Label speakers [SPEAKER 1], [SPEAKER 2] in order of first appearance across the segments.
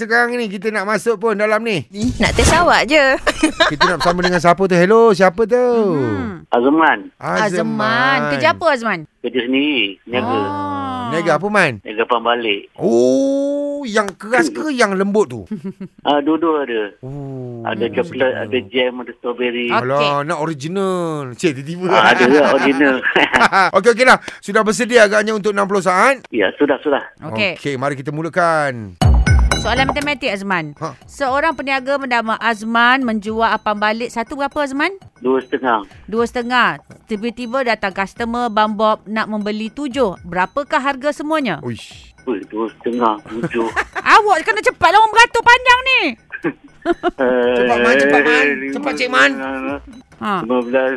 [SPEAKER 1] Sekarang ni kita nak masuk pun dalam ni.
[SPEAKER 2] Nak test awak je.
[SPEAKER 1] Kita nak bersama dengan siapa tu? Hello, siapa tu? Hmm.
[SPEAKER 3] Azman
[SPEAKER 2] Azman. Kerja apa Azman?
[SPEAKER 3] kerja sendiri niaga
[SPEAKER 2] Ah.
[SPEAKER 1] Nega apa man?
[SPEAKER 3] niaga pembalik
[SPEAKER 1] Oh, yang keras ke yang lembut tu?
[SPEAKER 3] ah dua-dua ada
[SPEAKER 1] Oh.
[SPEAKER 3] ada coklat ada jam ada strawberry
[SPEAKER 2] Ah.
[SPEAKER 1] Alah, nak original. Cik, tiba-tiba.
[SPEAKER 3] ah, ada lah original
[SPEAKER 1] Okey, okey lah. Sudah bersedia agaknya untuk 60 saat?
[SPEAKER 3] ya sudah sudah
[SPEAKER 2] Okey.
[SPEAKER 1] Okey, mari kita mulakan.
[SPEAKER 2] Soalan matematik Azman.
[SPEAKER 1] Ha.
[SPEAKER 2] Seorang peniaga bernama Azman menjual apam balik satu berapa Azman?
[SPEAKER 3] dua setengah
[SPEAKER 2] Dua setengah. Tiba-tiba datang customer Bambob nak membeli tujuh. Berapakah harga semuanya?
[SPEAKER 1] Uish.
[SPEAKER 3] Ui, dua setengah tujuh
[SPEAKER 2] Awak kena cepat lah orang beratur panjang ni.
[SPEAKER 3] cepat
[SPEAKER 1] Man, cepat, Man. Cepat, Cik Man.
[SPEAKER 2] Ha.
[SPEAKER 3] lima Eh, belas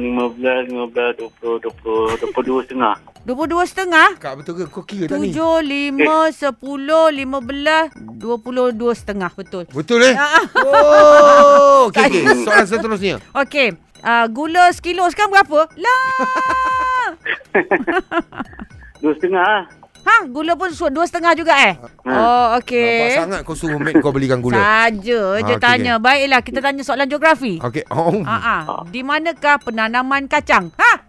[SPEAKER 3] lima belas lima belas dua puluh dua puluh dua puluh dua setengah
[SPEAKER 2] Dua puluh dua setengah.
[SPEAKER 1] Kak, betul ke? Kau kira tak ni?
[SPEAKER 2] Tujuh, lima, sepuluh, lima belas, dua puluh dua setengah. Betul.
[SPEAKER 1] Betul eh?
[SPEAKER 2] Ah,
[SPEAKER 1] Oh, okey, okey. Soalan seterusnya.
[SPEAKER 2] Okey. Uh, gula sekilo sekarang berapa? Lah.
[SPEAKER 3] dua setengah ah.
[SPEAKER 2] Ha, gula pun su- dua setengah juga eh?
[SPEAKER 3] Hmm.
[SPEAKER 1] Ha.
[SPEAKER 2] Oh,
[SPEAKER 1] Nampak
[SPEAKER 2] okey.
[SPEAKER 1] sangat kau suruh mate kau belikan gula.
[SPEAKER 2] Saja je
[SPEAKER 1] Ah, okey,
[SPEAKER 2] tanya. Baiklah, kita tanya soalan geografi.
[SPEAKER 1] Okey. Oh.
[SPEAKER 2] Ha ah. Di manakah penanaman kacang? Ha?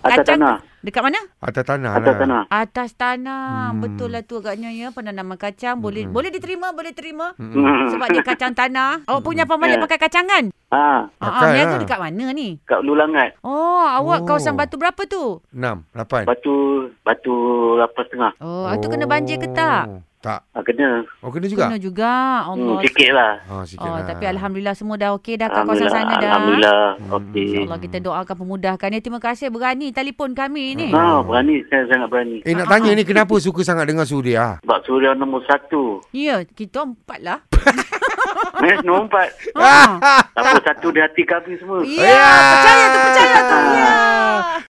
[SPEAKER 3] atas tanah
[SPEAKER 2] Dekat mana?
[SPEAKER 1] Atas tanah
[SPEAKER 3] atas
[SPEAKER 1] lah.
[SPEAKER 3] tanah
[SPEAKER 2] Atas tanah.
[SPEAKER 1] Hmm.
[SPEAKER 2] Betul lah tu agaknya ya penanaman kacang boleh boleh diterima, boleh terima.
[SPEAKER 3] Mm.
[SPEAKER 1] Mm-mm.
[SPEAKER 3] Hmm.
[SPEAKER 2] Sebab dia kacang tanah. Awak punya apa balik
[SPEAKER 3] Ya.
[SPEAKER 2] pakai kacangan? Ha
[SPEAKER 3] ha
[SPEAKER 2] ah,
[SPEAKER 1] Pakai
[SPEAKER 2] niaga
[SPEAKER 1] lah.
[SPEAKER 2] dekat mana ni?
[SPEAKER 3] kat Lulangat
[SPEAKER 2] Oh, awak
[SPEAKER 1] Oh.
[SPEAKER 2] kawasan batu berapa tu?
[SPEAKER 1] Enam, lapan.
[SPEAKER 3] batu batu lapan setengah
[SPEAKER 2] Oh, oh. tu kena banjir ke tak?
[SPEAKER 1] Oh, Tak.
[SPEAKER 3] ah, kena
[SPEAKER 1] Oh, kena juga?
[SPEAKER 2] Kena juga.
[SPEAKER 3] hmm,
[SPEAKER 2] Allah.
[SPEAKER 3] sikit lah
[SPEAKER 1] Ha, sikit
[SPEAKER 2] Oh,
[SPEAKER 1] lah.
[SPEAKER 2] tapi alhamdulillah semua dah okey dah kat kawasan sana dah.
[SPEAKER 3] Alhamdulillah.
[SPEAKER 1] Hmm.
[SPEAKER 3] Okey.
[SPEAKER 2] InsyaAllah kita doakan pemudahkan ya. Terima kasih berani telefon kami ni.
[SPEAKER 3] Ha, berani. Saya sangat berani.
[SPEAKER 1] Eh, nak tanya
[SPEAKER 2] Ah,
[SPEAKER 1] ni kenapa suka sangat dengan Suria?
[SPEAKER 3] Sebab suria nombor satu.
[SPEAKER 2] Ya, kita empat lah.
[SPEAKER 3] Eh, nombor empat.
[SPEAKER 2] Ha.
[SPEAKER 3] Apa satu di hati kami semua.
[SPEAKER 2] Ya, percaya tu, percaya tu. Ya.